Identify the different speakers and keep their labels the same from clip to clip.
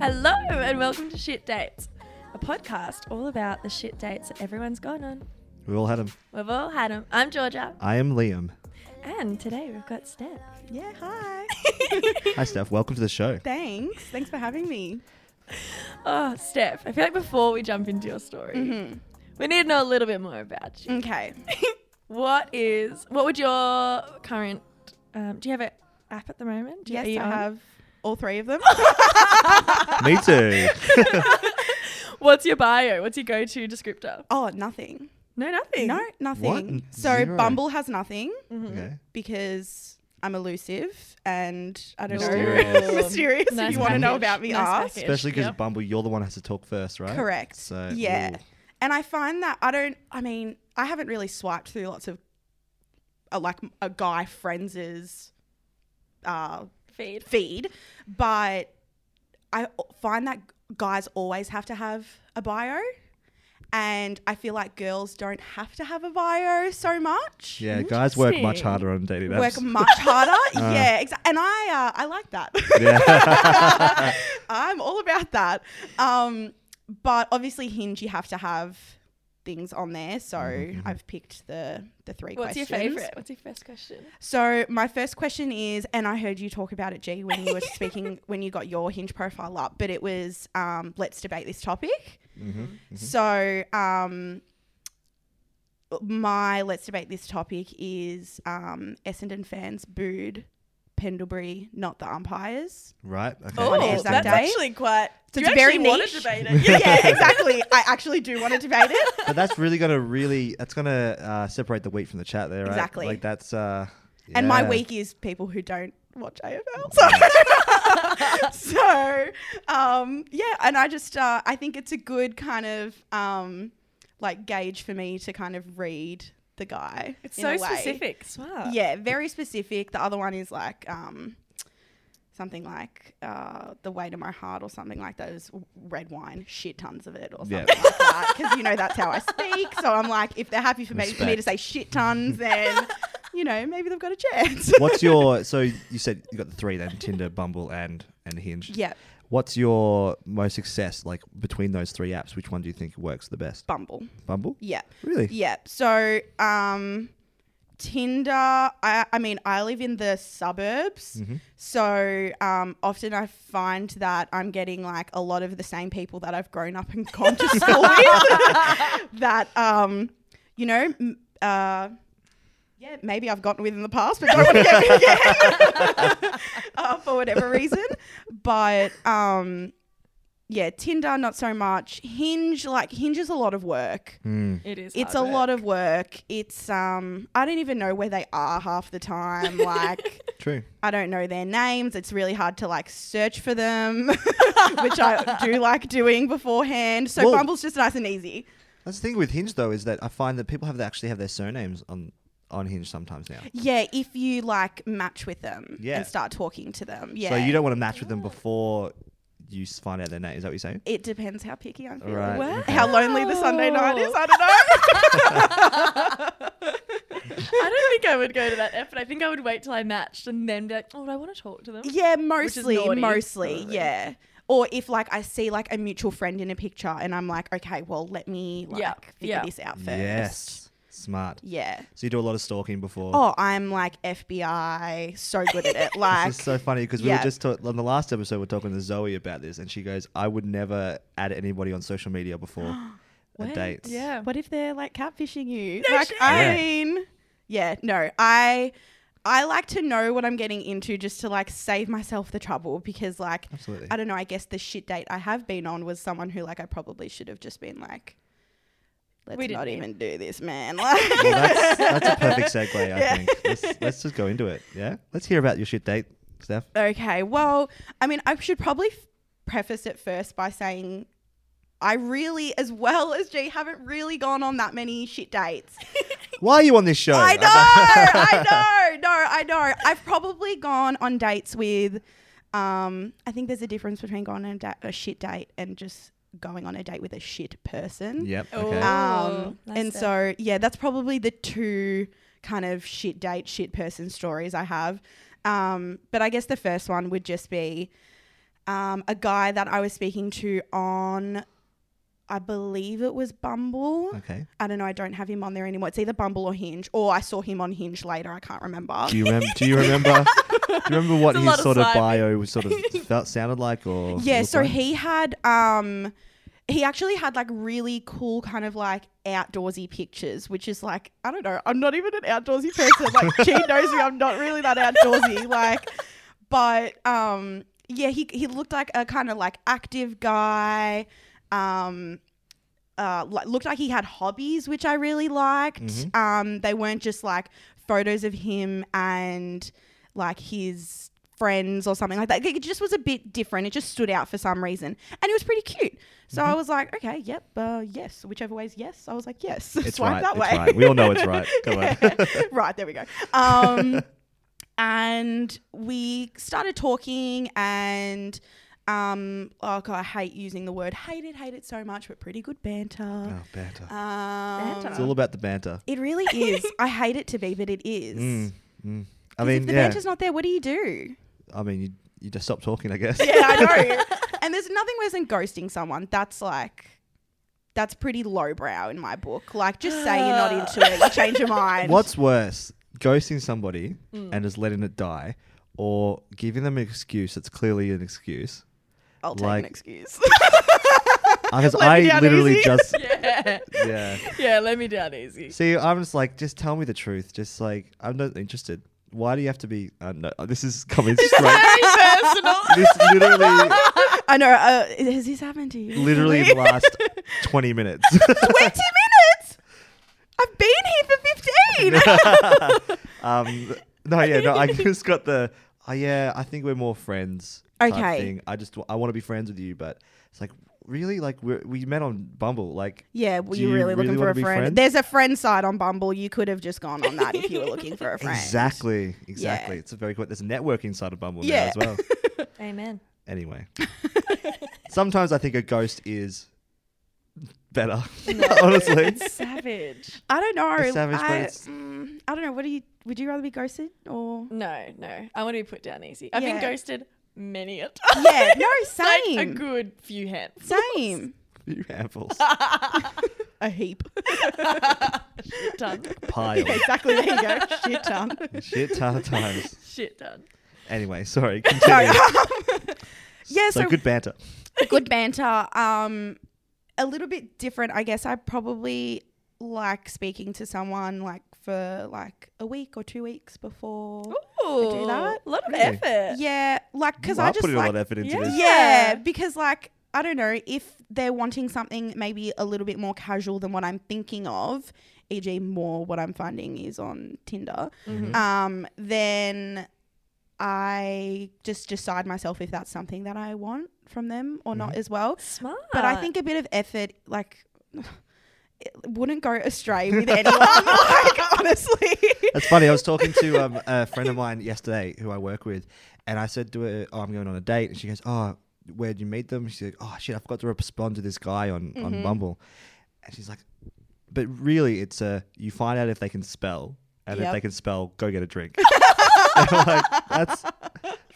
Speaker 1: Hello and welcome to Shit Dates, a podcast all about the shit dates that everyone's gone on.
Speaker 2: We all had them.
Speaker 1: We've all had them. I'm Georgia,
Speaker 2: I am Liam.
Speaker 1: and today we've got Steph.
Speaker 3: Yeah, hi.
Speaker 2: Hi, Steph. Welcome to the show.
Speaker 3: Thanks. Thanks for having me.
Speaker 1: Oh, Steph, I feel like before we jump into your story, we need to know a little bit more about you.
Speaker 3: Okay.
Speaker 1: What is, what would your current, um, do you have an app at the moment? Do you-
Speaker 3: yes,
Speaker 1: are you
Speaker 3: I
Speaker 1: on-
Speaker 3: have all three of them.
Speaker 2: Me too.
Speaker 1: What's your bio? What's your go to descriptor?
Speaker 3: oh, nothing.
Speaker 1: No, nothing.
Speaker 3: No, nothing.
Speaker 2: N-
Speaker 3: So
Speaker 2: zero.
Speaker 3: Bumble has nothing
Speaker 2: okay.
Speaker 3: because I'm elusive and I don't
Speaker 2: Mysterious.
Speaker 3: know. Mysterious.
Speaker 1: Nice
Speaker 3: if you want to know
Speaker 1: package.
Speaker 3: about me,
Speaker 1: Nice
Speaker 3: ask.
Speaker 1: package.
Speaker 2: Especially because
Speaker 1: Yep.
Speaker 2: Bumble, you're the one who has to talk first, right?
Speaker 3: Correct.
Speaker 2: So
Speaker 3: yeah.
Speaker 2: ooh.
Speaker 3: And I find that I don't, I mean, I haven't really swiped through lots of uh, like a guy friends' uh,
Speaker 1: Feed.
Speaker 3: feed, but I find that guys always have to have a bio. And I feel like girls don't have to have a bio so much.
Speaker 2: Yeah, guys work much
Speaker 1: Interesting.
Speaker 2: harder on dating apps.
Speaker 3: Work much harder. yeah, exa- and I uh, I like
Speaker 2: Yeah.
Speaker 3: that. I'm all about that. Um, but obviously, Hinge you have to have things on there, so I've picked the the three.
Speaker 1: What's
Speaker 3: questions.
Speaker 1: your favorite? What's your first question?
Speaker 3: So my first question is, and I heard you talk about it, G, when you were speaking when you got your hinge profile up, but it was um, let's debate this topic.
Speaker 2: Mm-hmm.
Speaker 3: So um, my let's debate this topic is um, Essendon fans booed Pendlebury, not the umpires.
Speaker 2: right? Okay.
Speaker 3: Oh,
Speaker 1: Oh, that's
Speaker 3: Anzac Day.
Speaker 1: actually quite.
Speaker 3: So
Speaker 1: you
Speaker 3: it's very
Speaker 1: actually wanna
Speaker 3: niche.
Speaker 1: debate it. Yeah.
Speaker 3: yeah, exactly. I actually do want to debate it.
Speaker 2: But that's really gonna really that's gonna uh, separate the wheat from the chat there, right?
Speaker 3: Exactly.
Speaker 2: Like that's uh
Speaker 3: And my
Speaker 2: yeah.
Speaker 3: week is people who don't watch AFL. So, so um, yeah, and I just uh, I think it's a good kind of um, like gauge for me to kind of read the guy.
Speaker 1: It's
Speaker 3: in
Speaker 1: so
Speaker 3: a way.
Speaker 1: specific. Smart.
Speaker 3: Yeah, very specific. The other one is like um, something like uh, the weight of my heart or something like that is red wine, shit tons of it or something
Speaker 2: Yeah.
Speaker 3: like that. Because you know that's how I speak. So I'm like, if they're happy for me, for me to
Speaker 2: Respect.
Speaker 3: say shit tons, then you know maybe they've got a chance.
Speaker 2: What's your so you said you got the three then Tinder, Bumble, and and Hinge.
Speaker 3: Yeah,
Speaker 2: What's your most success like between those three apps? Which one do you think works the best?
Speaker 3: Bumble.
Speaker 2: Bumble.
Speaker 3: Yeah.
Speaker 2: Really?
Speaker 3: Yeah. So, um, Tinder, I, I mean, I live in the suburbs. So um, often I find that I'm getting like a lot of the same people that I've grown up and gone to school with that, um, you know, m- uh, yeah, maybe I've gotten with in the past, but don't want to get with again uh, for whatever reason. But um, yeah, Tinder, not so much. Hinge, like, Hinge is a lot of work
Speaker 2: Mm.
Speaker 1: It is.
Speaker 3: it's a
Speaker 1: hard
Speaker 3: lot
Speaker 1: work.
Speaker 3: of work it's um i don't even know where they are half the time like
Speaker 2: True.
Speaker 3: i don't know their names it's really hard to like search for them which i do like doing beforehand so
Speaker 2: Well-
Speaker 3: bumble's just nice and easy
Speaker 2: That's the thing with Hinge though is that I find that people have to actually have their surnames on on Hinge sometimes now.
Speaker 3: yeah if you like match with them
Speaker 2: Yeah.
Speaker 3: and start talking to them yeah
Speaker 2: So you don't want to match with them before you s- find out their name. Is that what you're saying?
Speaker 3: it depends how picky i'm feeling
Speaker 2: Right.
Speaker 1: Wow.
Speaker 3: how lonely the sunday night is
Speaker 1: Wow.
Speaker 3: i don't know
Speaker 1: I don't think I would go to that effort. I think I would wait till I matched and then be like, oh, I want to talk to them.
Speaker 3: yeah
Speaker 1: is
Speaker 3: mostly
Speaker 1: naughty, Oh,
Speaker 3: mostly
Speaker 1: probably.
Speaker 3: yeah or if like I see like a mutual friend in a picture and I'm like, okay, well let me like
Speaker 1: Yeah,
Speaker 3: figure
Speaker 1: yeah.
Speaker 3: this out first.
Speaker 2: Yes. Smart.
Speaker 3: Yeah.
Speaker 2: So you do a lot of stalking before.
Speaker 3: Oh, I'm like FBI, so good at it. Like,
Speaker 2: This is so funny because we
Speaker 3: yeah.
Speaker 2: were just talk- on the last episode we are talking to Zoe about this, and she goes, "I would never add anybody on social media before a
Speaker 3: What?
Speaker 2: date."
Speaker 1: Yeah.
Speaker 3: what if they're like catfishing you?
Speaker 1: No
Speaker 3: like,
Speaker 1: shit.
Speaker 3: I
Speaker 2: Yeah.
Speaker 3: mean, yeah, no, I. I like to know what I'm getting into just to like save myself the trouble because like
Speaker 2: Absolutely.
Speaker 3: I don't know, I guess the shit date I have been on was someone who like I probably should have just been like let's
Speaker 1: We didn't
Speaker 3: not
Speaker 1: need-
Speaker 3: even do this, man. Like
Speaker 2: Well, that's, that's a perfect segue, I
Speaker 3: Yeah.
Speaker 2: think. Let's, let's just go into it. Yeah. Let's hear about your shit date, Steph.
Speaker 3: Okay. Well, I mean, I should probably f- preface it first by saying I really, as well as G, haven't really gone on that many shit dates.
Speaker 2: Why are you on this show?
Speaker 3: I know, I know, no, I know. I've probably gone on dates with, um, I think there's a difference between going on a, da- a shit date and just going on a date with a shit person.
Speaker 2: Yep.
Speaker 1: Oh.
Speaker 2: Okay.
Speaker 3: Um,
Speaker 1: Nice
Speaker 3: and
Speaker 1: there.
Speaker 3: so, yeah, that's probably the two kind of shit date, shit person stories I have. Um, but I guess the first one would just be um, a guy that I was speaking to on, I believe it was Bumble.
Speaker 2: Okay.
Speaker 3: I don't know. I don't have him on there anymore. It's either Bumble or Hinge, or I saw him on Hinge later. I can't remember.
Speaker 2: Do you remember? Do you remember? do you remember what
Speaker 1: It's a lot
Speaker 2: his
Speaker 1: of
Speaker 2: sort of
Speaker 1: sliding.
Speaker 2: bio was sort of felt sounded like or?
Speaker 3: yeah
Speaker 2: looked
Speaker 3: so
Speaker 2: like?
Speaker 3: he had um he actually had like really cool kind of like outdoorsy pictures which is like i don't know i'm not even an outdoorsy person like she knows me i'm not really that outdoorsy like but um yeah he, he looked like a kind of like active guy um uh, li- looked like he had hobbies which i really liked um they weren't just like photos of him and like his friends or something like that. It just was a bit different. It just stood out for some reason, and it was pretty cute. So
Speaker 2: Mm-hmm.
Speaker 3: I was like, okay, yep, uh, yes. Whichever way's yes, I was like, yes.
Speaker 2: It's right.
Speaker 3: Swipe that
Speaker 2: it's
Speaker 3: way.
Speaker 2: right. We all know it's right. Come on.
Speaker 3: Yeah. right there we go. Um, and we started talking and. Um, oh god, I hate using the word hate it, hate it so much, but pretty good banter.
Speaker 2: Oh, banter.
Speaker 3: Um,
Speaker 2: it's all about the banter.
Speaker 3: It really is. I hate it to be, but it is.
Speaker 2: Mm, mm. I
Speaker 3: 'Cause
Speaker 2: mean,
Speaker 3: if the
Speaker 2: yeah.
Speaker 3: banter's not there, what do you do?
Speaker 2: I mean, you, you just stop talking, I guess.
Speaker 3: yeah, I know. and there's nothing worse than ghosting someone. That's like, that's pretty lowbrow in my book. Like, just say you're not into it, you change your mind.
Speaker 2: What's worse, ghosting somebody
Speaker 3: Mm.
Speaker 2: and just letting it die, or giving them an excuse that's clearly an excuse?
Speaker 3: I'll take
Speaker 2: like-
Speaker 3: an excuse.
Speaker 2: Because
Speaker 3: Let
Speaker 2: I
Speaker 3: me down
Speaker 2: literally
Speaker 3: easy.
Speaker 2: just
Speaker 1: yeah.
Speaker 2: yeah.
Speaker 1: Yeah, let me down easy.
Speaker 2: See, I'm just like, just tell me the truth. Just like, I'm not interested. Why do you have to be? Uh, no, this is coming straight.
Speaker 1: Very personal.
Speaker 2: this literally,
Speaker 3: I know. Uh, has this happened to you?
Speaker 2: literally in the last 20 minutes.
Speaker 3: 20 minutes? I've been here for 15.
Speaker 2: um, no, yeah, no. I just got the. Oh, yeah, I think we're more friends. type
Speaker 3: Okay.
Speaker 2: thing. I just I want to be friends with you, but it's like really like we we met on Bumble. Like
Speaker 3: yeah, well,
Speaker 2: Do
Speaker 3: you're
Speaker 2: you
Speaker 3: really looking
Speaker 2: really
Speaker 3: for
Speaker 2: wanna
Speaker 3: a
Speaker 2: be
Speaker 3: friend.
Speaker 2: friends?
Speaker 3: There's a friend side on Bumble. You could have just gone on that if you were looking for a friend.
Speaker 2: exactly, exactly.
Speaker 3: Yeah.
Speaker 2: It's a very quick. There's a networking side of Bumble
Speaker 3: Yeah.
Speaker 2: now as well.
Speaker 1: Amen.
Speaker 2: Anyway, sometimes I think a ghost is better. honestly,
Speaker 1: Savage.
Speaker 3: I don't know.
Speaker 2: It's savage, but
Speaker 3: I,
Speaker 2: it's-
Speaker 3: mm, I don't know. What do you? Would you rather be ghosted or?
Speaker 1: No, no. I want to be put down easy. I've been
Speaker 3: Yeah.
Speaker 1: ghosted many a time.
Speaker 3: Yeah, no,
Speaker 1: Like a
Speaker 3: same.
Speaker 1: good few hands.
Speaker 3: Same.
Speaker 2: few handfuls,
Speaker 3: a heap.
Speaker 1: Shit done.
Speaker 2: pile,
Speaker 3: exactly. There you go. Shit um, ton.
Speaker 2: shit ton of times.
Speaker 1: Shit done.
Speaker 2: Anyway, sorry. Continue.
Speaker 3: Yeah.
Speaker 2: so
Speaker 3: So,
Speaker 2: good banter.
Speaker 3: good. banter. Um, a little bit different, I guess. I probably like speaking to someone like for like a week or two weeks before.
Speaker 1: Ooh,
Speaker 3: do that?
Speaker 1: A lot of
Speaker 2: Really?
Speaker 1: effort.
Speaker 3: Yeah, like because
Speaker 2: Well,
Speaker 3: I
Speaker 2: I'm
Speaker 3: just
Speaker 2: putting a
Speaker 3: like
Speaker 2: lot of effort into
Speaker 1: Yeah.
Speaker 2: this.
Speaker 3: Yeah, because like I don't know if they're wanting something maybe a little bit more casual than what I'm thinking of, e.g., more what I'm finding is on Tinder.
Speaker 2: Mm-hmm.
Speaker 3: Um, then I just decide myself if that's something that I want from them or
Speaker 2: Mm-hmm.
Speaker 3: not as well.
Speaker 1: Smart.
Speaker 3: But
Speaker 2: Ah.
Speaker 3: I think a bit of effort, like. It wouldn't go astray with anyone, like honestly.
Speaker 2: That's funny. I was talking to um, a friend of mine yesterday who I work with, and I said to her, "Oh, I'm going on a date," and she goes, "Oh, where'd you meet them?" She's like, "Oh shit, I forgot to respond to this guy on
Speaker 3: Mm-hmm.
Speaker 2: on Bumble," and she's like, "But really, it's a you find out if they can spell, and if
Speaker 3: Yep.
Speaker 2: they can spell, go get a drink." And I'm like, that's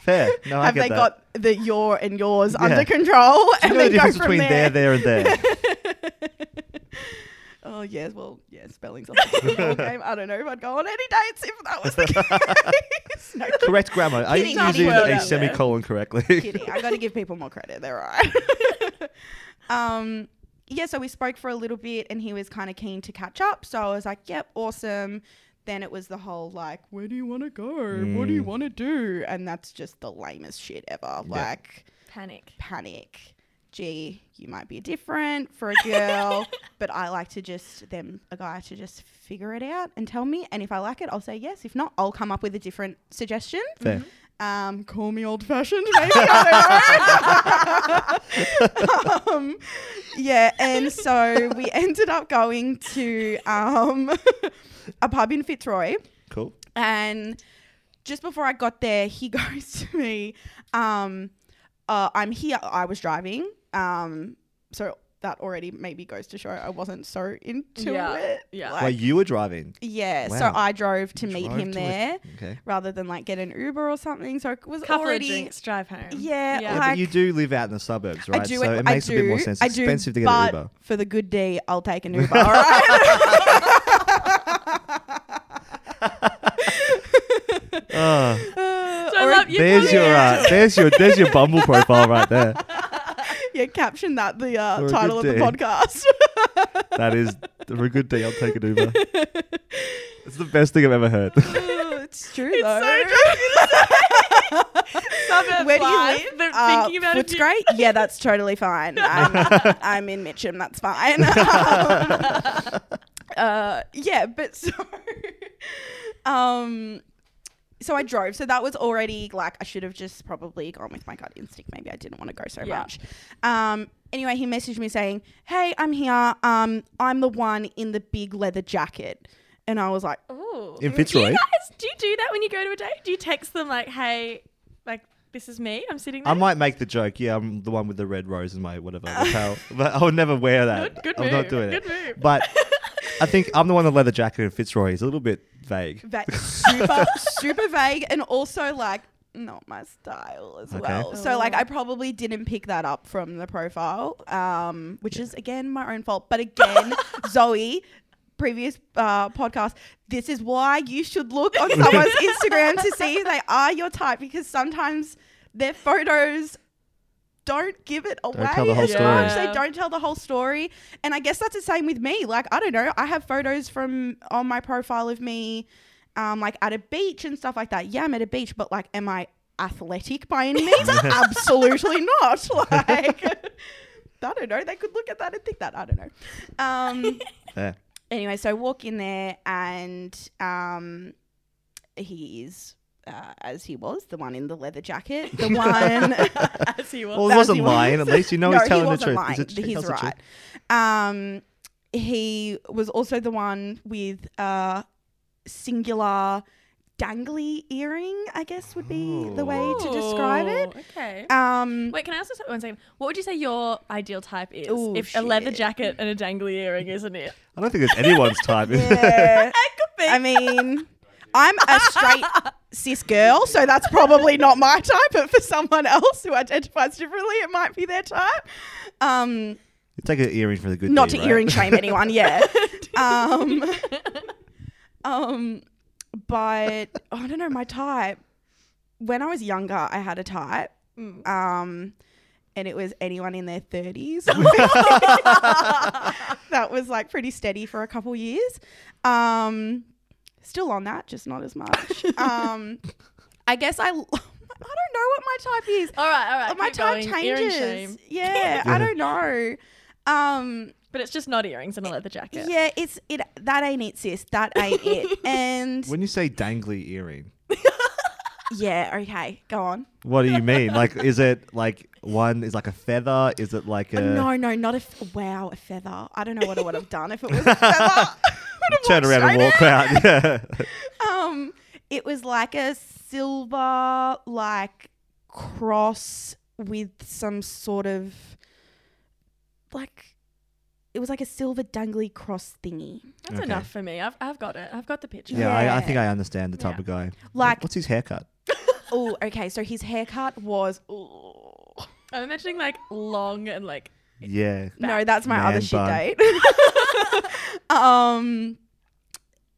Speaker 2: fair. No, I
Speaker 3: Have
Speaker 2: get
Speaker 3: they
Speaker 2: that.
Speaker 3: got the your and yours
Speaker 2: Yeah.
Speaker 3: under control?
Speaker 2: Do you know the
Speaker 3: then go
Speaker 2: difference
Speaker 3: from
Speaker 2: between there, there, and there?
Speaker 3: Oh yes, well yeah, spelling's a whole game. I don't know if I'd go on any dates if that was the case. no kidding.
Speaker 2: Correct grammar. Are
Speaker 3: Kidding,
Speaker 2: you
Speaker 3: not
Speaker 2: using
Speaker 3: word out
Speaker 2: a
Speaker 3: there.
Speaker 2: semicolon correctly?
Speaker 3: kidding. I got to give people more credit. They're right. um, yeah, so we spoke for a little bit, and he was kind of keen to catch up. So I was like, "Yep, awesome." Then it was the whole like, "Where do you want to go? What do you want to do?" And that's just the lamest shit ever. Like
Speaker 1: panic.
Speaker 3: panic. Gee, you might be different for a girl, but I like to just them a guy to just figure it out and tell me. And if I like it, I'll say yes. If not, I'll come up with a different suggestion.
Speaker 2: Fair.
Speaker 3: Um, call me old fashioned, maybe. I don't know. um, yeah, and so we ended up going to um, a pub in Fitzroy.
Speaker 2: Cool.
Speaker 3: And just before I got there, he goes to me, um, uh, I'm here. I was driving. Um, so that already maybe goes to show I wasn't so into
Speaker 1: Yeah,
Speaker 3: it.
Speaker 1: yeah.
Speaker 3: Like,
Speaker 2: While you were driving.
Speaker 3: yeah.
Speaker 2: Wow.
Speaker 3: So I drove to
Speaker 2: You
Speaker 3: meet
Speaker 2: drove
Speaker 3: him
Speaker 2: to a-
Speaker 3: there
Speaker 2: Okay.
Speaker 3: rather than like get an Uber or something. So it was
Speaker 1: Couple
Speaker 3: already
Speaker 1: of drinks, drive home.
Speaker 3: Yeah,
Speaker 2: Yeah,
Speaker 1: yeah.
Speaker 3: like-
Speaker 2: but you do live out in the suburbs, right?
Speaker 3: I do.
Speaker 2: so it makes
Speaker 3: I
Speaker 2: a bit more
Speaker 3: do-
Speaker 2: sense.
Speaker 3: I
Speaker 2: It's
Speaker 3: do,
Speaker 2: expensive to get
Speaker 3: but
Speaker 2: an Uber.
Speaker 3: For the good D, I'll take an Uber. all right.
Speaker 2: Ah,
Speaker 3: Uh,
Speaker 1: So I
Speaker 3: or-
Speaker 1: love you
Speaker 2: there's
Speaker 1: coming
Speaker 2: your
Speaker 1: out.
Speaker 2: uh, there's your there's your Bumble profile right there.
Speaker 3: yeah, caption that the
Speaker 2: Or a
Speaker 3: uh,
Speaker 2: good
Speaker 3: title of the
Speaker 2: day.
Speaker 3: podcast.
Speaker 2: That is for a good day. I'll take an Uber. It's the best thing I've ever heard.
Speaker 3: it's true
Speaker 1: It's
Speaker 3: though.
Speaker 1: so Suburb
Speaker 3: Where do you
Speaker 1: life,
Speaker 3: live?
Speaker 1: but
Speaker 3: Uh,
Speaker 1: thinking about
Speaker 3: Footscray?
Speaker 1: it. you-
Speaker 3: Yeah, that's totally fine. I'm, I'm in Mitcham. That's fine. uh, yeah, but so, um, so I drove. So that was already like I should have just probably gone with my gut instinct. Maybe I didn't want to go so
Speaker 1: Yeah.
Speaker 3: much. Um, anyway, he messaged me saying, "Hey, I'm here. Um, I'm the one in the big leather jacket," and I was like,
Speaker 1: Ooh.
Speaker 2: In
Speaker 1: Do
Speaker 2: Fitzroy,
Speaker 1: you guys do you do that when you go to a date? Do you text them like, "Hey, like this is me. I'm sitting there."
Speaker 2: I might make the joke. Yeah, I'm the one with the red rose and my whatever lapel, but I would never wear that.
Speaker 1: Good- good
Speaker 2: I'm
Speaker 1: move,
Speaker 2: not doing it.
Speaker 1: good move.
Speaker 2: But I think I'm the one in the leather jacket in Fitzroy. It's a little bit vague.
Speaker 3: that super super vague and also like not my style as
Speaker 2: Okay.
Speaker 3: well. So like
Speaker 1: Oh.
Speaker 3: I probably didn't pick that up from the profile, um, which is again my own fault. But again, Zoe, previous uh, podcast, this is why you should look on someone's Instagram to see if they are your type because sometimes their photos don't give it away
Speaker 2: tell the whole
Speaker 3: as much.
Speaker 1: story.
Speaker 3: They don't tell the whole story. And I guess that's the same with me. Like, I don't know. I have photos from on my profile of me, um, like at a beach and stuff like that. Yeah, I'm at a beach, but like, am I athletic by any means? Absolutely not. Like, I don't know. They could look at that and think that. I don't know. Um,
Speaker 2: Yeah.
Speaker 3: anyway, so I walk in there and um, he is. Uh, as he was, the one in the leather jacket, the one
Speaker 1: as he was.
Speaker 2: Well,
Speaker 3: That
Speaker 2: he
Speaker 3: was
Speaker 2: wasn't
Speaker 3: the one.
Speaker 2: lying. At least you know he's telling
Speaker 3: he
Speaker 2: the
Speaker 3: wasn't
Speaker 2: truth.
Speaker 3: lying.
Speaker 2: He's, a, he
Speaker 3: He's
Speaker 2: tells the truth.
Speaker 3: right. Um, he was also the one with a singular dangly earring. I guess would be the way to describe it.
Speaker 1: Ooh, Okay.
Speaker 3: Um,
Speaker 1: Oh. Wait, can I ask this one second? What would you say your ideal type is?
Speaker 3: Ooh,
Speaker 1: if a leather
Speaker 3: shit.
Speaker 1: jacket and a dangly earring, isn't it?
Speaker 2: I don't think there's anyone's type.
Speaker 3: yeah,
Speaker 1: It could be.
Speaker 3: I mean, I'm a straight cis girl, so that's probably not my type. But for someone else who identifies differently, it might be their type. Um,
Speaker 2: Take an earring for the good.
Speaker 3: not
Speaker 2: day,
Speaker 3: to
Speaker 2: right?
Speaker 3: earring shame anyone yeah um um but oh, i don't know my type when i was younger i had a type
Speaker 1: Mm.
Speaker 3: um and it was anyone in their 30s that was like pretty steady for a couple years um still on that just not as much um i guess i i don't know what my type is
Speaker 1: all right, all right.
Speaker 3: Oh, my
Speaker 1: Uh, keep going.
Speaker 3: type
Speaker 1: Earring
Speaker 3: changes
Speaker 1: shame.
Speaker 3: yeah
Speaker 2: Yeah.
Speaker 3: i don't know um
Speaker 1: But it's just not earrings and a leather jacket.
Speaker 3: yeah. it's it that ain't it, sis. That ain't it. And
Speaker 2: When you say dangly earring,
Speaker 3: yeah, okay, go on.
Speaker 2: what do you mean? Like, is it like one is like a feather? Is it like a
Speaker 3: No, no, not a f- wow, a feather. I don't know what I would have done if it was a feather. I would have
Speaker 2: turn
Speaker 3: walked
Speaker 2: around and
Speaker 3: straight
Speaker 2: walk out? Yeah.
Speaker 3: Um, it was like a silver like cross with some sort of like it was like a silver dangly cross thingy.
Speaker 1: That's
Speaker 2: Okay.
Speaker 1: enough for me. I've, I've got it. I've got the picture.
Speaker 2: yeah, I, I think I understand the type of guy.
Speaker 3: Like-
Speaker 2: what's his haircut?
Speaker 3: Oh, okay. So his haircut was. ooh.
Speaker 1: I'm imagining like long and like
Speaker 2: Yeah,
Speaker 3: No, that's my
Speaker 2: Man
Speaker 3: other shit
Speaker 2: bun.
Speaker 3: date. um,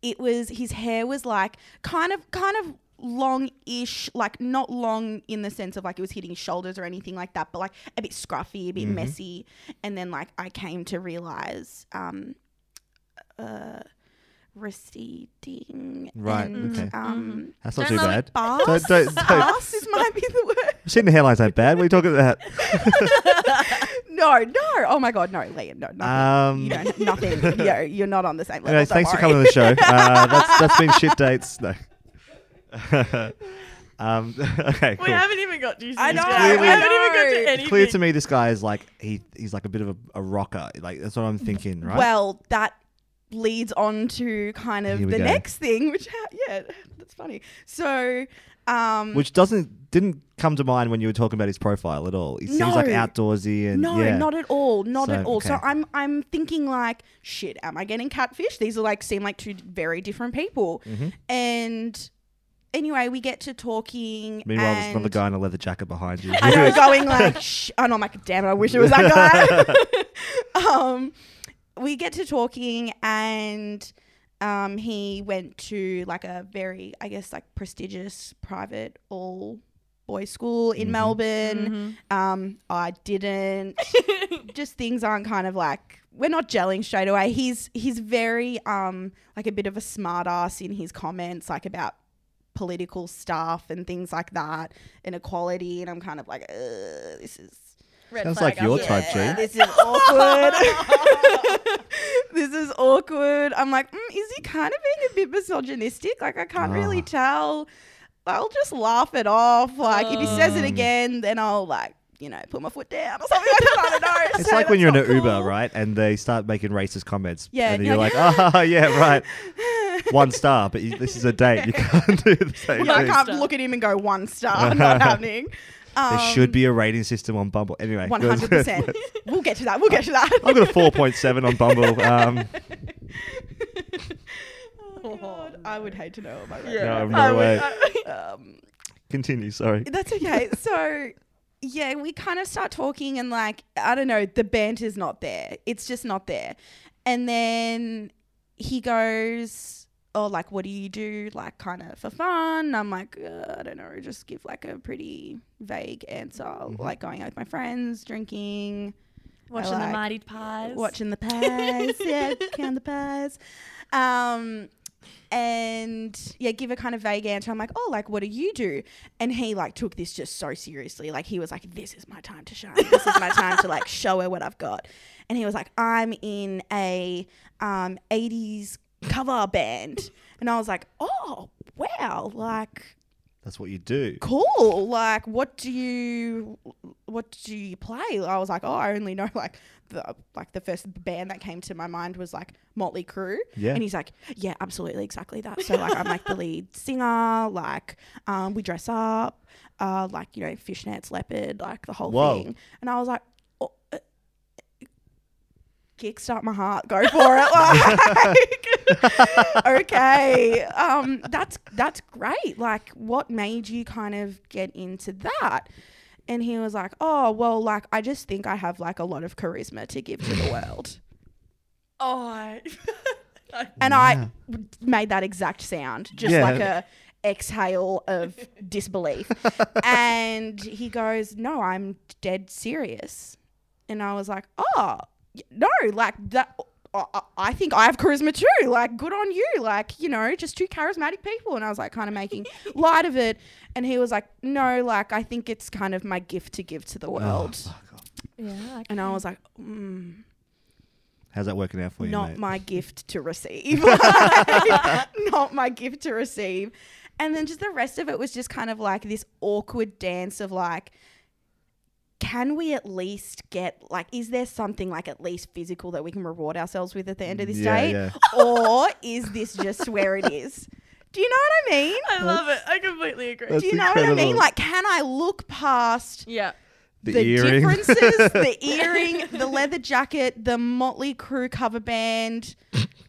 Speaker 3: it was his hair was like kind of kind of long-ish, like not long in the sense of like it was hitting his shoulders or anything like that, but like a bit scruffy, a bit
Speaker 2: Mhm.
Speaker 3: messy. And then like I came to realize, um, uh, receding.
Speaker 2: Right,
Speaker 3: And,
Speaker 2: okay.
Speaker 3: Um,
Speaker 2: that's not
Speaker 1: Don't
Speaker 2: too
Speaker 1: love
Speaker 2: bad.
Speaker 3: bars.
Speaker 2: Don't- don't- don't-
Speaker 3: Bars might be the word.
Speaker 2: Seeing the hairline's that bad. What are you talking about?
Speaker 3: No, no. Oh my god, no, Liam, no, no.
Speaker 2: Um,
Speaker 3: you don't have nothing. Yo, you're not on the same level.
Speaker 2: anyway,
Speaker 3: don't
Speaker 2: thanks for
Speaker 3: worry.
Speaker 2: coming on the show. Uh, that's that's been shit dates. No. um, okay, cool.
Speaker 1: we haven't even got to.
Speaker 3: I know,
Speaker 1: We,
Speaker 2: we
Speaker 1: haven't even got
Speaker 3: know.
Speaker 1: to anything.
Speaker 2: It's clear to me this guy is like he he's like a bit of a, a rocker. Like that's what I'm thinking, right?
Speaker 3: Well, that leads on to kind of
Speaker 2: Here we
Speaker 3: the
Speaker 2: go.
Speaker 3: next thing, which ha- yeah, that's funny. So, Um,
Speaker 2: which doesn't didn't come to mind when you were talking about his profile at all. He seems like
Speaker 3: No.
Speaker 2: outdoorsy and
Speaker 3: no,
Speaker 2: uh, yeah.
Speaker 3: not at all, not
Speaker 2: So,
Speaker 3: at all. So
Speaker 2: okay.
Speaker 3: I'm I'm thinking like, shit, am I getting catfish? These are like seem like two very different people.
Speaker 2: Mm-hmm.
Speaker 3: And anyway, we get to talking.
Speaker 2: Meanwhile, there's another
Speaker 3: and-
Speaker 2: guy in a leather jacket behind you.
Speaker 3: I know, going like, Shh. oh no, I'm like, damn it, I wish it was that guy. um, we get to talking, and um, he went to like a very, I guess, like prestigious private all boys school in Melbourne. Um, I didn't.
Speaker 1: Mm-hmm.
Speaker 3: Just things aren't kind of like we're not gelling straight away. He's he's very um like a bit of a smart ass in his comments, like about political stuff and things like that, inequality, and I'm kind of like, "Ugh, this is
Speaker 1: Red
Speaker 2: Sounds
Speaker 1: flag
Speaker 2: like your
Speaker 1: up.
Speaker 2: type, G.
Speaker 3: this is awkward. this is awkward. I'm like, mm, is he kind of being a bit misogynistic? Like, I can't really
Speaker 2: Ah.
Speaker 3: tell. I'll just laugh it off. Like, if he says it
Speaker 2: Mm.
Speaker 3: again, then I'll like, you know, put my foot down or something. I don't know.
Speaker 2: It's
Speaker 3: So
Speaker 2: like when
Speaker 3: that's
Speaker 2: you're in
Speaker 3: not
Speaker 2: an Uber,
Speaker 3: cool.
Speaker 2: right? And they start making racist comments.
Speaker 3: Yeah,
Speaker 2: And
Speaker 3: and
Speaker 2: then you're
Speaker 3: you're
Speaker 2: like, ah, yeah, right. One star, but you, this is a date. You can't do the same
Speaker 3: Yeah, I
Speaker 2: thing.
Speaker 3: can't look at him and go one star. not happening. Um,
Speaker 2: There should be a rating system on Bumble. Anyway,
Speaker 3: One hundred percent. We'll get to that. We'll get to that.
Speaker 2: I've got a 4.7 on Bumble. Um,
Speaker 3: Oh, God. I would hate to know about that.
Speaker 2: Yeah. No, no
Speaker 1: I would-
Speaker 2: way.
Speaker 1: I-
Speaker 3: Um,
Speaker 2: continue, sorry.
Speaker 3: That's okay. so, yeah, we kind of start talking, and like, I don't know, the banter's not there. It's just not there. And then he goes, Oh, like, what do you do? Like, kind of for fun. I'm like, uh, I don't know, just give like a pretty vague answer,
Speaker 2: Mm-hmm.
Speaker 3: like going out with my friends, drinking,
Speaker 1: Watching
Speaker 3: like-
Speaker 1: the Mighty Pies.
Speaker 3: watching the pies, yeah, count the pies. Um, and yeah, give a kind of vague answer. I'm like, oh, like what do you do? And he like took this just so seriously. Like he was like, this is my time to shine. This is my time to like show her what I've got. And he was like, I'm in a um 80s cover band. And I was like, oh wow, like
Speaker 2: That's what you do.
Speaker 3: cool like what do you what do you play i was like oh i only know like the like the first band that came to my mind was like motley crew
Speaker 2: Yeah.
Speaker 3: and he's like yeah absolutely exactly that so like i'm like the lead singer like um we dress up uh like you know fishnets leopard like the whole
Speaker 2: Whoa.
Speaker 3: thing and i was like oh, uh, kickstart my heart go for it like okay um that's that's great like what made you kind of get into that and he was like oh well like i just think i have like a lot of charisma to give to the world
Speaker 1: Oh, I- I-
Speaker 3: and i w- made that exact sound just
Speaker 2: Yeah.
Speaker 3: like a exhale of disbelief and he goes no i'm dead serious and i was like oh y- no like that I- I- I think I have charisma too. Like, good on you. Like, you know, just two charismatic people. And I was like, kind of making light of it. And he was like, no, like, I think it's kind of my gift to give to the
Speaker 2: Oh,
Speaker 3: world.
Speaker 1: yeah. I
Speaker 3: and I was like, mm,
Speaker 2: How's that working out for you,
Speaker 3: not
Speaker 2: mate?
Speaker 3: my gift to receive. Like, not my gift to receive. And then just the rest of it was just kind of like this awkward dance of like, can we at least get like, is there something like at least physical that we can reward ourselves with at the end of this
Speaker 2: Yeah,
Speaker 3: date?
Speaker 2: yeah.
Speaker 3: Or is this just where it is? Do you know what I mean?
Speaker 1: I love it. I completely agree.
Speaker 2: That's
Speaker 3: Do you know what I mean?
Speaker 2: incredible.
Speaker 3: Like, can I look past
Speaker 1: Yeah.
Speaker 2: the,
Speaker 3: the,
Speaker 2: earring.
Speaker 3: differences, the earring, the leather jacket, the Motley Crew cover band,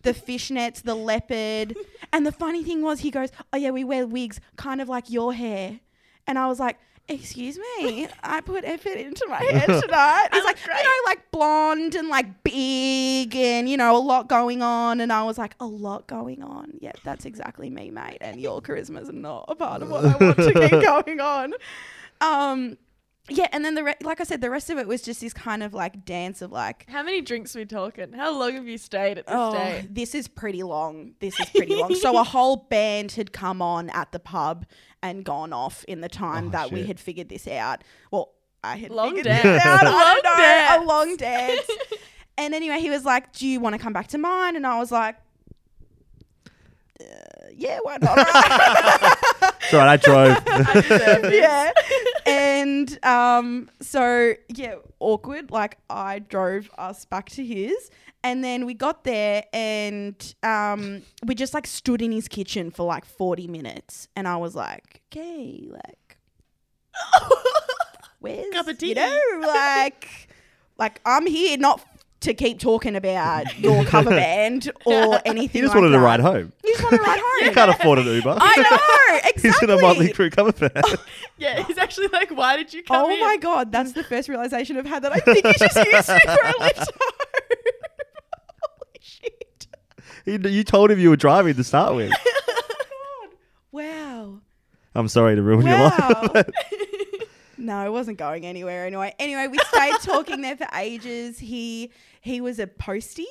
Speaker 3: the fishnets, the leopard. And the funny thing was, he goes, Oh, yeah, we wear wigs, kind of like your hair. And I was like, Excuse me, I put effort into my hair tonight. He's like, You know, like blonde and like big and, you know, a lot going on. And I was like, A lot going on. Yep, that's exactly me, mate. And your charisma's not a part of what I want to keep going on. Um, yeah, and then the re- like I said, the rest of it was just this kind of like dance of like,
Speaker 1: How many drinks we talking? How long have you stayed at this
Speaker 3: oh,
Speaker 1: date?
Speaker 3: this is pretty long. This is pretty long. So a whole band had come on at the pub and gone off in the time
Speaker 2: Oh,
Speaker 3: that we
Speaker 2: shit.
Speaker 3: had figured this out. Well, I had
Speaker 1: Long
Speaker 3: figured
Speaker 1: dance.
Speaker 3: this out. I
Speaker 1: Long
Speaker 3: don't know,
Speaker 1: dance.
Speaker 3: A long dance. and anyway, he was like, "Do you want to come back to mine?" And I was like. Uh, yeah, why not?
Speaker 2: It's all right, I drove.
Speaker 1: I deserve this.
Speaker 3: yeah. and um, so yeah, awkward. Like I drove us back to his, and then we got there, and um, we just like stood in his kitchen for like forty minutes, and I was like, okay, like, where's
Speaker 1: Cup of tea.
Speaker 3: you know, like, like I'm here not to keep talking about your cover band or anything.
Speaker 2: He just
Speaker 3: like
Speaker 2: wanted
Speaker 3: that.
Speaker 2: to ride home.
Speaker 3: He just wanted to ride home.
Speaker 2: He can't afford an Uber.
Speaker 3: I know exactly.
Speaker 2: He's in a Motley Crue cover band.
Speaker 1: Yeah, he's actually like, why did you come
Speaker 3: Oh
Speaker 1: in?
Speaker 3: my god, that's the first realization I've had that I think he just used me for a lift home. Holy shit.
Speaker 2: He- you told him you were driving to start with.
Speaker 3: Wow.
Speaker 2: I'm sorry to ruin your
Speaker 3: Wow.
Speaker 2: life.
Speaker 3: no, it wasn't going anywhere anyway. Anyway, we stayed talking there for ages. He he was a postie.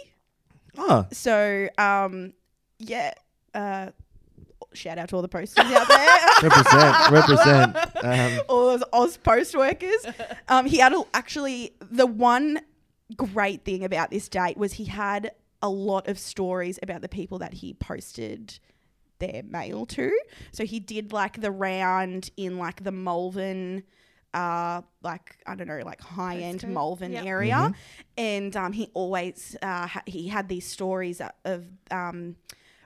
Speaker 2: oh,
Speaker 3: So um yeah, uh shout out to all the posties out there.
Speaker 2: represent, represent. Um,
Speaker 3: all those Oz post workers. Um, he had a, actually the one great thing about this date was he had a lot of stories about the people that he posted their mail to. So he did like the round in like the Malvern. Uh, like I don't know, like high end
Speaker 1: Postcode,
Speaker 3: Malvern
Speaker 1: yep.
Speaker 3: area, and um, he always uh, ha- he had these stories o- of um,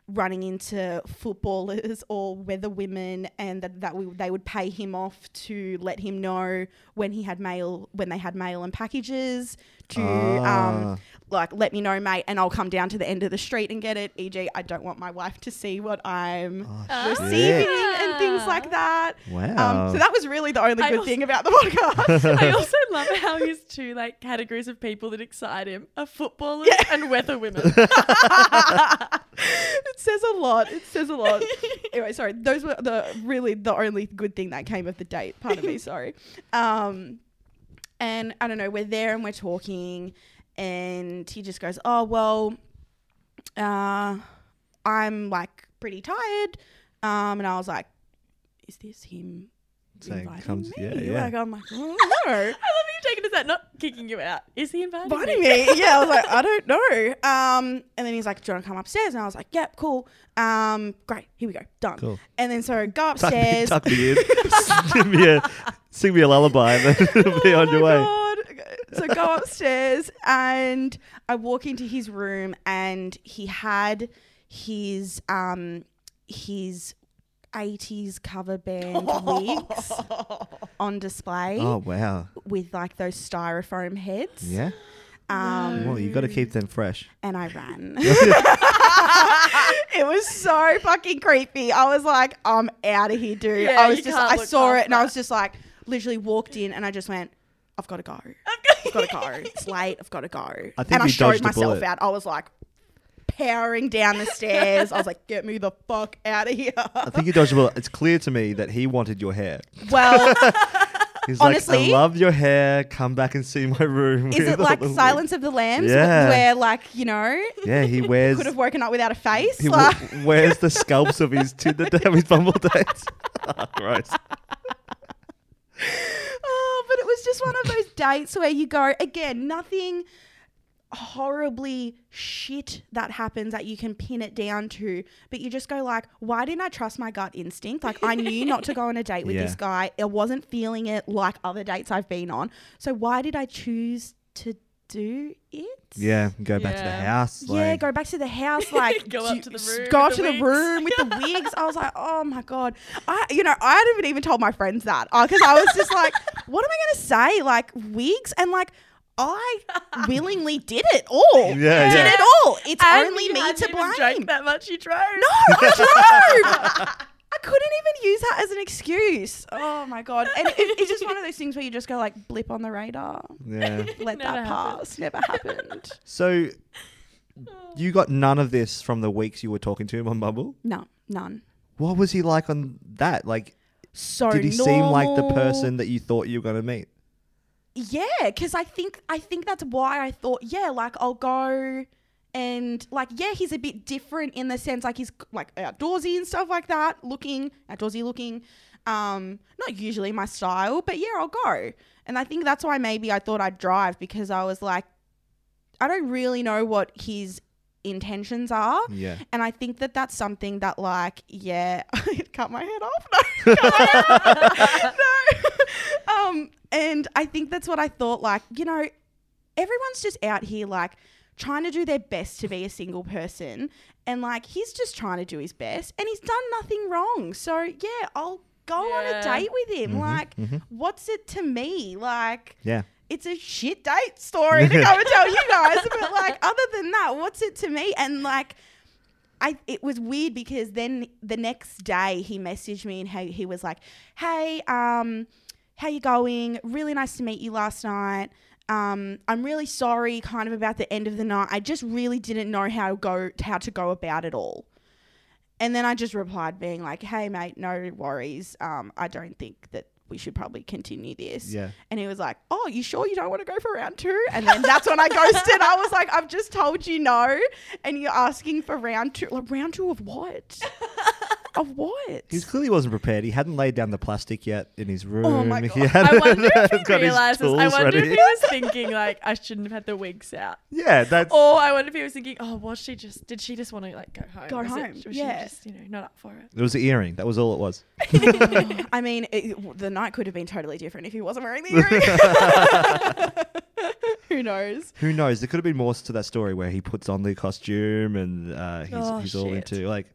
Speaker 3: running into footballers or weather women, and that, that we, they would pay him off to let him know when he had mail, when they had mail and packages to
Speaker 2: Ah.
Speaker 3: um, like let me know, mate, and I'll come down to the end of the street and get it. E.g., I don't want my wife to see what I'm
Speaker 2: oh, shit.
Speaker 3: receiving and things like that.
Speaker 2: Wow.
Speaker 3: Um, so that was really the only
Speaker 1: I
Speaker 3: good
Speaker 1: also-
Speaker 3: thing about the podcast.
Speaker 1: I also love how he's two like categories of people that excite him are footballers and weather women.
Speaker 3: it says a lot. It says a lot. anyway, sorry. Those were the really the only good thing that came of the date. Part of me, sorry. Um, and I don't know. We're there and we're talking, and he just goes, "Oh well, uh, I'm like pretty tired," um, and I was like, "Is this him?"
Speaker 2: Saying
Speaker 3: inviting
Speaker 2: comes-
Speaker 3: me?
Speaker 2: yeah, yeah.
Speaker 3: Like I'm like, oh, no.
Speaker 1: I love you taking us that, not kicking you out. Is he inviting
Speaker 3: Biting
Speaker 1: me?
Speaker 3: me. Yeah, I was like, I don't know. Um, and then he's like, Do you want to come upstairs? And I was like, Yep, cool. Um, great. Here we go. Done.
Speaker 2: Cool.
Speaker 3: And then so go
Speaker 2: tuck, me,
Speaker 3: upstairs.
Speaker 2: tuck me in. sing, me a, sing me a lullaby and then it'll be on
Speaker 3: Oh
Speaker 2: your
Speaker 3: my
Speaker 2: way.
Speaker 3: God. So go upstairs and I walk into his room and he had his um his 80s cover band wigs on display
Speaker 2: Oh, wow.
Speaker 3: with like those styrofoam heads.
Speaker 2: Yeah.
Speaker 3: Um,
Speaker 2: Well, you got to keep them fresh.
Speaker 3: and I ran. it was so fucking creepy. I was like, I'm out of here, dude.
Speaker 1: Yeah,
Speaker 3: I was
Speaker 1: you
Speaker 3: just,
Speaker 1: can't
Speaker 3: I
Speaker 1: look
Speaker 3: saw it
Speaker 1: past
Speaker 3: and I was just like, literally walked in and I just went, I've got to go. I've got to go. It's late. I've got to go.
Speaker 2: I think
Speaker 3: and I
Speaker 2: you
Speaker 3: showed
Speaker 2: dodged a
Speaker 3: myself
Speaker 2: bullet.
Speaker 3: out. I was like, powering down the stairs. I was like, get me the fuck out of here.
Speaker 2: I think you dodged a bullet. It's clear to me that he wanted your hair.
Speaker 3: Well,
Speaker 2: He's like,
Speaker 3: Honestly?
Speaker 2: I love your hair. Come back and see my room.
Speaker 3: is it
Speaker 2: with
Speaker 3: like
Speaker 2: all the
Speaker 3: Silence of the Lambs
Speaker 2: Yeah.
Speaker 3: where, like, you know,
Speaker 2: wigs." Yeah, he wears.
Speaker 3: could have woken up without a face?
Speaker 2: He
Speaker 3: Like-
Speaker 2: w- wears the scalps of his Tinder, his Bumble dates. Gross.
Speaker 3: Oh, but it was just one of those dates where you go, again, nothing horribly shit that happens that you can pin it down to, but you just go like, why didn't I trust my gut instinct? Like I knew not to go on a date with this
Speaker 2: Yeah.
Speaker 3: guy. I wasn't feeling it like other dates I've been on. So why did I choose to do it?
Speaker 2: Yeah, go back to the
Speaker 1: Yeah.
Speaker 2: house.
Speaker 3: yeah,
Speaker 2: like-
Speaker 3: go back to the house, like
Speaker 1: Go
Speaker 3: do
Speaker 1: up
Speaker 3: you-
Speaker 1: to the
Speaker 3: s-
Speaker 1: room
Speaker 3: go
Speaker 1: with
Speaker 3: up
Speaker 1: the
Speaker 3: to the
Speaker 1: wigs.
Speaker 3: room with the wigs. I was like, oh my god, I, you know, I haven't even told my friends that because I was just like, what am I gonna say, like wigs and like. I willingly did it all.
Speaker 2: Yeah,
Speaker 3: did
Speaker 2: yeah.
Speaker 3: it all. It's
Speaker 1: And
Speaker 3: only
Speaker 1: you
Speaker 3: me
Speaker 1: hadn't
Speaker 3: to
Speaker 1: even
Speaker 3: blame.
Speaker 1: drank that much, you drove.
Speaker 3: No, I drove. I couldn't even use that as an excuse. Oh my god! And it, it's just one of those things where you just go like blip on the radar.
Speaker 2: Yeah.
Speaker 1: Never
Speaker 3: Let that
Speaker 1: happened.
Speaker 3: pass. Never happened.
Speaker 2: So you got none of this from the weeks you were talking to him on Bumble.
Speaker 3: No, none.
Speaker 2: What was he like on that? Like,
Speaker 3: so
Speaker 2: did he seem like the
Speaker 3: normal.
Speaker 2: person that you thought you were gonna meet?
Speaker 3: yeah because i think i think that's why i thought yeah like i'll go and like yeah he's a bit different in the sense like he's like outdoorsy and stuff like that looking outdoorsy looking um not usually my style but yeah i'll go and i think that's why maybe i thought i'd drive because i was like i don't really know what his intentions are
Speaker 2: Yeah.
Speaker 3: and I think that that's something that, like, yeah, cut my head off. No, cut my head off. no. Um, and I think that's what I thought. Like, you know, everyone's just out here like trying to do their best to be a single person, and like he's just trying to do his best, and he's done nothing wrong. So yeah, I'll go on
Speaker 1: Yeah.
Speaker 3: a date with him.
Speaker 2: Mhm,
Speaker 3: Like,
Speaker 2: mhm.
Speaker 3: what's it to me? Like.
Speaker 2: Yeah.
Speaker 3: It's a shit date story to come and tell you guys, but like, other than that, what's it to me? And like, I it was weird because then the next day he messaged me and he, he was like, "Hey, um, how you going? Really nice to meet you last night. Um, I'm really sorry, kind of about the end of the night. I just really didn't know how to go how to go about it all." And then I just replied, being like, "Hey, mate, no worries. Um, I don't think that." We should probably continue this.
Speaker 2: Yeah.
Speaker 3: And he was like, Oh, you sure you don't want to go for round two? And then that's when I ghosted. I was like, I've just told you no and you're asking for round two. Like round two of what? of what?
Speaker 2: He clearly wasn't prepared. He hadn't laid down the plastic yet in his room.
Speaker 3: my
Speaker 2: He
Speaker 3: God.
Speaker 2: hadn't
Speaker 1: I wonder if he
Speaker 2: got his
Speaker 1: realizes. I
Speaker 2: tools
Speaker 1: wonder if
Speaker 2: ready.
Speaker 1: he was thinking like I shouldn't have had the wigs out,
Speaker 2: Yeah, that's.
Speaker 1: or I wonder if he was thinking, oh, was she just? Did she just want to like go home?
Speaker 3: Go
Speaker 1: Was it-
Speaker 3: home,
Speaker 1: was
Speaker 3: yeah.
Speaker 1: she just you know not up for it?
Speaker 2: It was the earring. That was all it was.
Speaker 3: I mean, it, the night could have been totally different if he wasn't wearing the earring. Who knows?
Speaker 2: Who knows? There could have been more to that story where he puts on the costume and uh, he's,
Speaker 1: Oh,
Speaker 2: he's all
Speaker 1: shit.
Speaker 2: into like,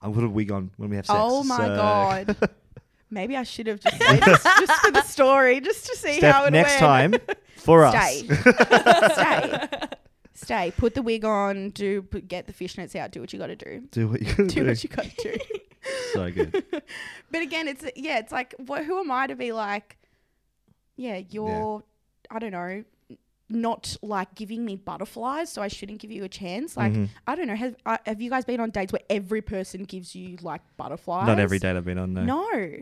Speaker 2: I put a wig on when we have sex.
Speaker 3: oh my
Speaker 2: so-
Speaker 3: God. Maybe I should have just said this just for the story, just to see how
Speaker 2: Steph,
Speaker 3: it
Speaker 2: next
Speaker 3: went.
Speaker 2: time for us.
Speaker 3: Stay. Stay. Stay. Put the wig on. Do put, get the fishnets out. Do what you got to do.
Speaker 2: Do what you gotta
Speaker 3: Do
Speaker 2: do.
Speaker 3: what you got to do.
Speaker 2: so good.
Speaker 3: But again, it's yeah, it's like what, who am I to be like? Yeah, you're. I don't know. Not like giving me butterflies, so I shouldn't give you a chance. Like
Speaker 2: Mhm.
Speaker 3: I don't know. Have I- have you guys been on dates where every person gives you like butterflies?
Speaker 2: Not every date I've been on. No.
Speaker 3: No.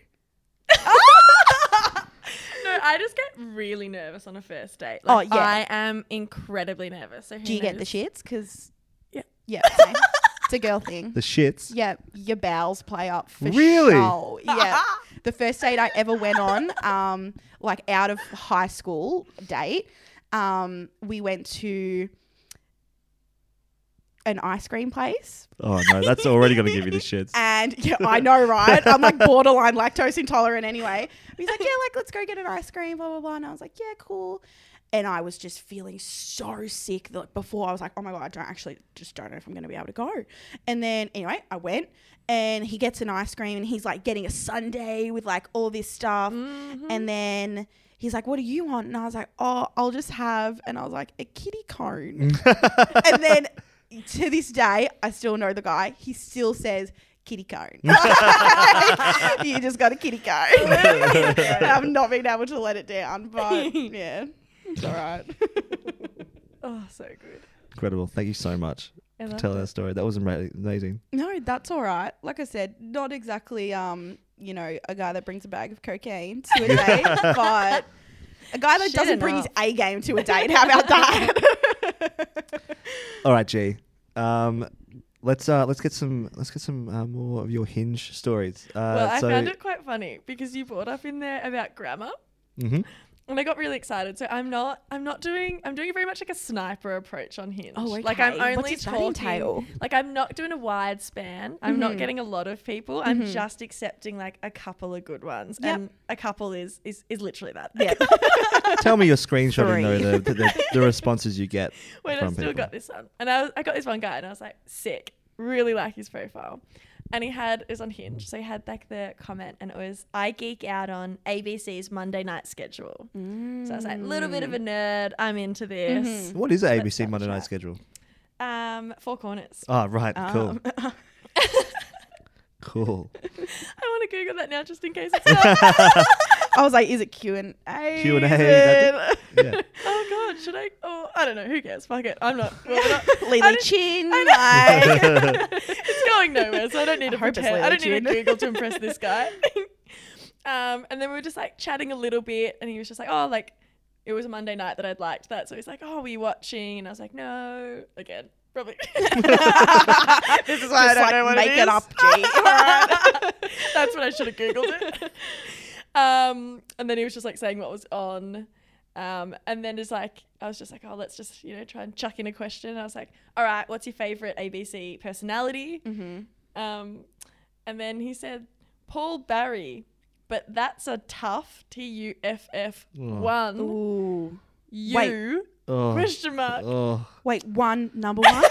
Speaker 1: No, I just get really nervous on a first date.
Speaker 3: Oh,
Speaker 1: Like,
Speaker 3: yeah.
Speaker 1: I am incredibly nervous. So who
Speaker 3: Do you get the
Speaker 1: knows?
Speaker 3: shits? Because
Speaker 1: Yeah.
Speaker 3: yeah, same. it's a girl thing.
Speaker 2: The shits.
Speaker 3: Yeah, your bowels play up for
Speaker 2: Really?
Speaker 3: sure. Yeah. the first date I ever went on, um, like out of high school date, um, we went to an ice cream place.
Speaker 2: Oh no, that's already gonna give you the shits.
Speaker 3: And yeah, I know, right? I'm like borderline lactose intolerant anyway. He's like, yeah, like let's go get an ice cream, blah blah blah. And I was like, yeah, cool. And I was just feeling so sick. Like before, I was like, oh my god, I don't actually just don't know if I'm gonna be able to go. And then anyway, I went, and he gets an ice cream, and he's like getting a sundae with like all this stuff. And then he's like, what do you want? And I was like, oh, I'll just have. And I was like, a kitty cone and then to this day, I still know the guy. He still says kitty cone. you just got a kitty cone. I've not been able to let it down, but yeah, it's all right.
Speaker 1: Oh, so good.
Speaker 2: Incredible. Thank you so much
Speaker 1: I
Speaker 2: for
Speaker 1: love
Speaker 2: telling
Speaker 1: it.
Speaker 2: that story. That was ama- amazing.
Speaker 3: no, that's all right. Like I said, not exactly um, you know, a guy that brings a bag of cocaine to a date, but a guy that
Speaker 1: Shit
Speaker 3: doesn't bring his
Speaker 1: enough.
Speaker 3: A game to a date. How about that?
Speaker 2: All right, G. Um, let's uh, let's get some let's get some uh, more of your hinge stories. Uh,
Speaker 1: Well, I
Speaker 2: so,
Speaker 1: found it quite funny because you brought up in there about grammar.
Speaker 2: Mhm.
Speaker 1: And I got really excited. So I'm not I'm not doing I'm doing very much like a sniper approach on Hinge.
Speaker 3: Oh,
Speaker 1: Like I'm
Speaker 3: okay. What
Speaker 1: only
Speaker 3: does that
Speaker 1: talking
Speaker 3: entail?
Speaker 1: like I'm not doing a wide span. I'm
Speaker 3: Mm-hmm.
Speaker 1: not getting a lot of people. I'm just accepting like a couple of good ones.
Speaker 3: Yep.
Speaker 1: And a couple is is is literally that.
Speaker 3: yeah.
Speaker 2: Tell me your screenshot and
Speaker 3: Three.
Speaker 2: know the, the, the, the responses you get.
Speaker 1: Wait, I
Speaker 2: from
Speaker 1: still
Speaker 2: people.
Speaker 1: got this one. And I, was, I got this one guy, and I was like, sick. Really like his profile. And he had, it was on Hinge, so he had like the comment, and it was, I geek out on ABC's Monday night schedule. So I was like, little bit of
Speaker 2: Mm.
Speaker 1: a nerd. I'm into this.
Speaker 2: What is the
Speaker 1: Let's have
Speaker 2: ABC
Speaker 1: a
Speaker 2: Monday night
Speaker 1: chat.
Speaker 2: schedule? Mm-hmm.
Speaker 1: Um, Four Corners.
Speaker 2: Oh, right.
Speaker 3: Um,
Speaker 2: Oh. Cool. Cool.
Speaker 1: I want to Google that now just in case it's not.
Speaker 3: I was like, is it Q and A?
Speaker 2: Q and A,
Speaker 3: Is
Speaker 2: that-
Speaker 3: it-
Speaker 2: Yeah.
Speaker 1: oh, God. Should I? Oh, I don't know. Who cares? Fuck it. I'm not. Well, we're not I
Speaker 3: Lily
Speaker 1: don't-
Speaker 3: Chin. like-
Speaker 1: it's going nowhere, so I don't need to
Speaker 3: I hope it's
Speaker 1: prepare. I don't need to
Speaker 3: Leotune.
Speaker 1: Google to impress this guy. um, and then we were just like chatting a little bit, and he was just like, "Oh, like it was a Monday night that I'd liked that." So he's like, "Oh, were you watching?" And I was like, "No." Again, probably.
Speaker 3: this is
Speaker 1: why I don't know what it
Speaker 3: make
Speaker 1: is.
Speaker 3: it up, G.
Speaker 1: That's what I should have googled it. Um, and then he was just like saying what was on. Um, and then it's like I was just like, oh, let's just you know try and chuck in a question. And I was like, all right, what's your favorite ABC
Speaker 3: Mm-hmm.
Speaker 1: personality? Um, and then he said Paul Barry, but that's a tough T U F F
Speaker 2: Oh.
Speaker 1: one
Speaker 3: Ooh.
Speaker 1: U
Speaker 2: Oh,
Speaker 1: question mark.
Speaker 2: oh.
Speaker 3: Wait, one number one.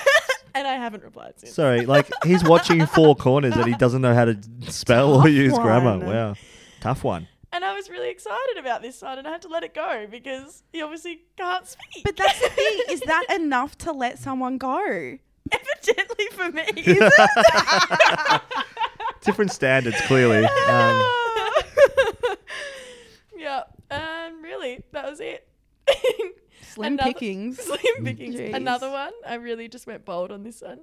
Speaker 1: And I haven't replied since.
Speaker 2: Sorry, like he's watching Four Corners and he doesn't know how to spell or
Speaker 3: Tough
Speaker 2: use grammar.
Speaker 3: one.
Speaker 2: Wow, tough one.
Speaker 1: And I was really excited about this one, and I had to let it go because he obviously can't speak.
Speaker 3: but that's the thing. Is that enough to let someone go?
Speaker 1: evidently for me? Is it?
Speaker 2: Different standards, clearly. Um,
Speaker 1: yeah. Um. Really, that was it.
Speaker 3: Slim
Speaker 1: Another-
Speaker 3: pickings.
Speaker 1: Slim
Speaker 2: Mm.
Speaker 1: pickings.
Speaker 3: Jeez.
Speaker 1: Another one. I really just went bold on this one.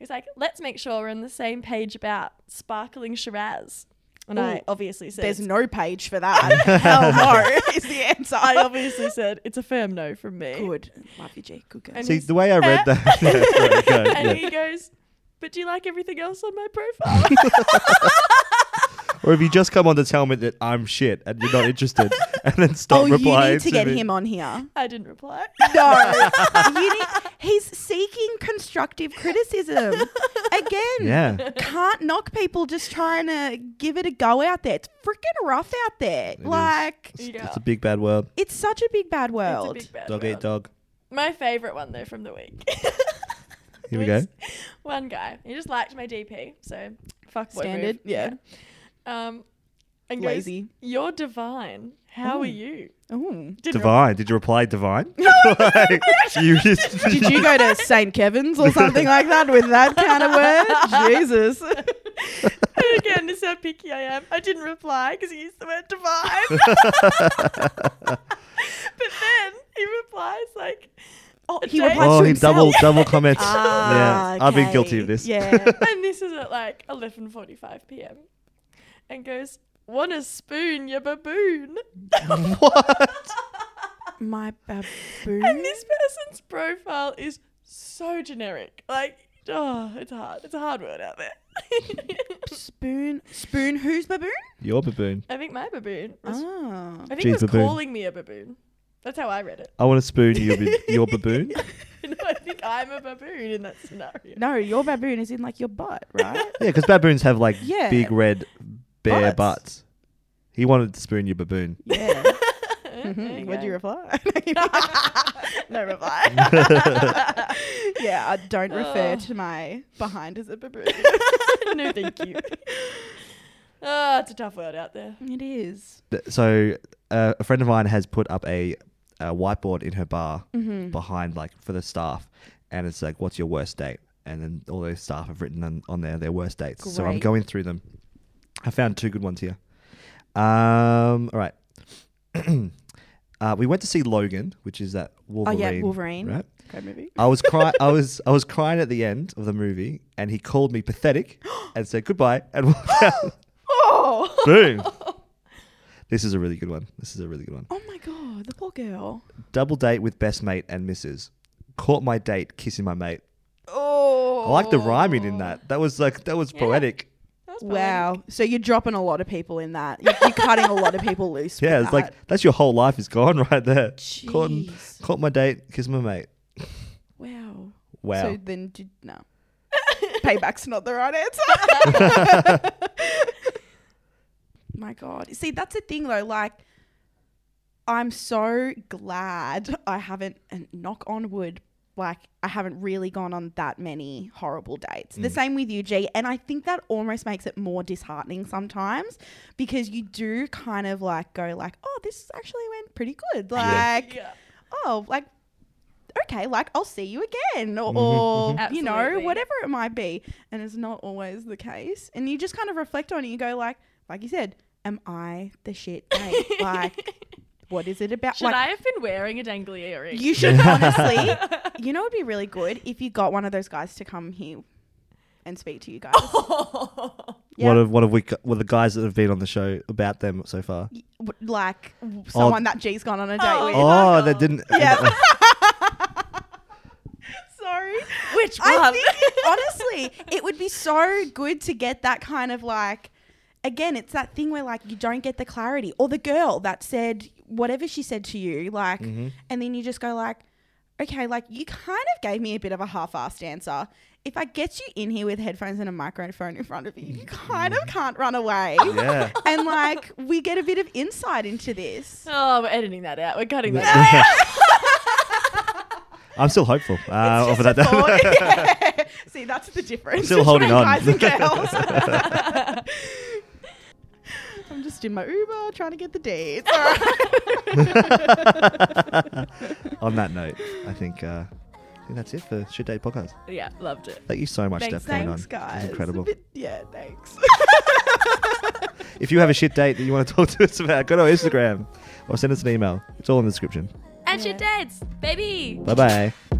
Speaker 1: He's like, let's make sure we're on the same page about sparkling Shiraz. And I
Speaker 3: Ooh,
Speaker 1: obviously said,
Speaker 3: There's no page for that. Hell no is the answer.
Speaker 1: I obviously said it's a firm no from me.
Speaker 3: Good. Love you, G. Good girl.
Speaker 1: And-
Speaker 2: see, the way I read that, Yeah, sorry, go,
Speaker 1: And
Speaker 2: yeah.
Speaker 1: he goes, but do you like everything else on my profile?
Speaker 2: or if you just come on to tell me that I'm shit and you're not interested, and then stop
Speaker 3: oh, you
Speaker 2: replying
Speaker 3: need to get
Speaker 2: me.
Speaker 3: him on here.
Speaker 1: I didn't reply.
Speaker 3: No. you need, he's seeking constructive criticism. Again.
Speaker 2: Yeah.
Speaker 3: Can't knock people just trying to give it a go out there. It's freaking rough out there.
Speaker 2: It is.
Speaker 3: like,
Speaker 2: It's,
Speaker 1: Yeah.
Speaker 2: it's a big bad world.
Speaker 3: it's such a big bad
Speaker 1: "Oh, It's a
Speaker 3: world.
Speaker 1: big bad
Speaker 2: Dog
Speaker 1: world.
Speaker 2: eat dog.
Speaker 1: My favorite one though from the week.
Speaker 2: Here we go.
Speaker 1: was One guy. He just liked my DP, so fuck boy move.
Speaker 3: Standard, yeah.
Speaker 1: Yeah. Um, and goes,
Speaker 3: Lazy.
Speaker 1: You're divine. How
Speaker 3: Ooh.
Speaker 1: are you?
Speaker 3: Ooh.
Speaker 1: Didn't reply.
Speaker 2: Divine. Did you reply divine? Like, you just
Speaker 3: Did you go to St. Kevin's or something like that with that kind of word? Jesus.
Speaker 1: And again, this is how picky I am. I didn't reply because he used the word divine. but then he replies like,
Speaker 3: Oh,
Speaker 1: a
Speaker 3: he
Speaker 1: day-
Speaker 3: replied-
Speaker 2: Oh,
Speaker 3: to
Speaker 2: he
Speaker 3: himself.
Speaker 2: double double comments.
Speaker 3: Ah,
Speaker 2: yeah, I've been
Speaker 3: okay.
Speaker 2: guilty of this.
Speaker 3: Yeah.
Speaker 1: and this is at like 11:45 p.m. and goes, "Want a spoon, you baboon?"
Speaker 2: what?
Speaker 3: My baboon.
Speaker 1: And this person's profile is so generic. Like, oh, it's hard. It's a hard word out there.
Speaker 3: spoon. Spoon. Who's baboon?
Speaker 2: Your baboon.
Speaker 1: I think my baboon. Was,
Speaker 3: Oh.
Speaker 1: I think
Speaker 2: Jeez,
Speaker 1: he was
Speaker 2: baboon.
Speaker 1: calling me a baboon. That's how I read it.
Speaker 2: I want to spoon your bab- your baboon.
Speaker 1: no, I think I'm a baboon in that scenario.
Speaker 3: No, your baboon is in like your butt, right?
Speaker 2: Yeah, because baboons have like
Speaker 3: Yeah.
Speaker 2: big red bare
Speaker 3: Butts.
Speaker 2: butts. He wanted to spoon your baboon.
Speaker 3: yeah.
Speaker 1: There
Speaker 3: Mhm. What'd you
Speaker 1: go.
Speaker 3: reply?
Speaker 1: no reply.
Speaker 3: yeah, I don't refer
Speaker 1: Oh.
Speaker 3: to my behind as a baboon.
Speaker 1: no, thank you. Oh, it's a tough world out there.
Speaker 3: It is.
Speaker 2: Th- So uh, a friend of mine has put up a, a whiteboard in her bar
Speaker 3: Mm-hmm.
Speaker 2: behind like for the staff, and it's like, "What's your worst date?" And then all those staff have written on, on there their worst dates. So I'm
Speaker 3: Great.
Speaker 2: going through them. I found two good ones here. Um, all right. uh, we went to see Logan, which is that Wolverine.
Speaker 3: Oh, Wolverine.
Speaker 2: Right.
Speaker 3: Great movie.
Speaker 2: I was crying. I was I was crying at the end of the movie, and he called me pathetic and said goodbye and walked out.
Speaker 1: Oh,
Speaker 2: Boom. This is a really good one. This is a really good one.
Speaker 3: Oh my god, the poor girl.
Speaker 2: Double date with best mate and missus. Caught my date kissing my mate.
Speaker 1: oh.
Speaker 2: I like the rhyming in that. That was like that was poetic.
Speaker 1: That was poetic.
Speaker 3: Wow. So you're dropping a lot of people in that. You're, you're cutting a lot of people loose.
Speaker 2: Yeah,
Speaker 3: with
Speaker 2: it's
Speaker 3: that.
Speaker 2: like that's your whole life is gone right there. Caught,
Speaker 3: Jeez.
Speaker 2: caught my date, kissed my mate.
Speaker 3: Wow.
Speaker 2: Wow.
Speaker 3: So then, did, no. Payback's not the right answer. My God. See, that's the thing though. Like, I'm so glad I haven't, and knock on wood, like, I haven't really gone on that many horrible dates. The same with you, G. And I think that almost makes it more disheartening sometimes because you do kind of like go, like, oh, this actually went pretty good. Like,
Speaker 1: Yeah.
Speaker 3: oh, like, okay, like I'll see you again, or,
Speaker 2: Mhm,
Speaker 3: or,
Speaker 1: mhm.
Speaker 3: you know,
Speaker 1: Absolutely.
Speaker 3: whatever it might be. And it's not always the case. And you just kind of reflect on it. You go like, like you said, am I the shit? Mate? like, what is it about?
Speaker 1: Should
Speaker 3: like,
Speaker 1: I have been wearing a dangly earring?
Speaker 3: you should honestly. You know, it'd be really good if you got one of those guys to come here and speak to you guys.
Speaker 2: What
Speaker 3: yeah.
Speaker 2: have what have we got, what are the guys that have been on the show about them so far?
Speaker 3: Y- w- like someone that G's gone on a date
Speaker 1: Oh.
Speaker 3: with.
Speaker 2: Oh,
Speaker 1: Michael.
Speaker 2: that didn't.
Speaker 3: Yeah. Sorry.
Speaker 1: Which one?
Speaker 3: I think honestly, it would be so good to get that kind of like. Again, it's that thing where like you don't get the clarity, or the girl that said whatever she said to you, like, and then you just go like, okay, like you kind of gave me a bit of a half-assed answer. If I get you in here with headphones and a microphone in front of you, you kind of can't run away.
Speaker 2: Yeah.
Speaker 3: And like we get a bit of insight into this.
Speaker 1: Oh, we're editing that out. We're cutting that. out.
Speaker 2: I'm still hopeful uh,
Speaker 3: Just
Speaker 2: over that.
Speaker 3: a thought. Yeah. See, that's the difference.
Speaker 2: still holding
Speaker 3: between
Speaker 2: on.
Speaker 3: Guys and girls. I'm just in my Uber trying to get the dates. All right.
Speaker 2: On that note, I think uh, I think that's it for Should Date Podcast.
Speaker 1: Yeah, loved it.
Speaker 2: Thank you so much,
Speaker 3: thanks,
Speaker 2: Steph, for coming on.
Speaker 3: thanks, guys.
Speaker 2: It's incredible.
Speaker 3: But yeah, thanks.
Speaker 2: If you have a shit date that you want to talk to us about, go to our Instagram or send us an email. It's all in the description.
Speaker 1: And your dads, baby.
Speaker 2: Bye bye.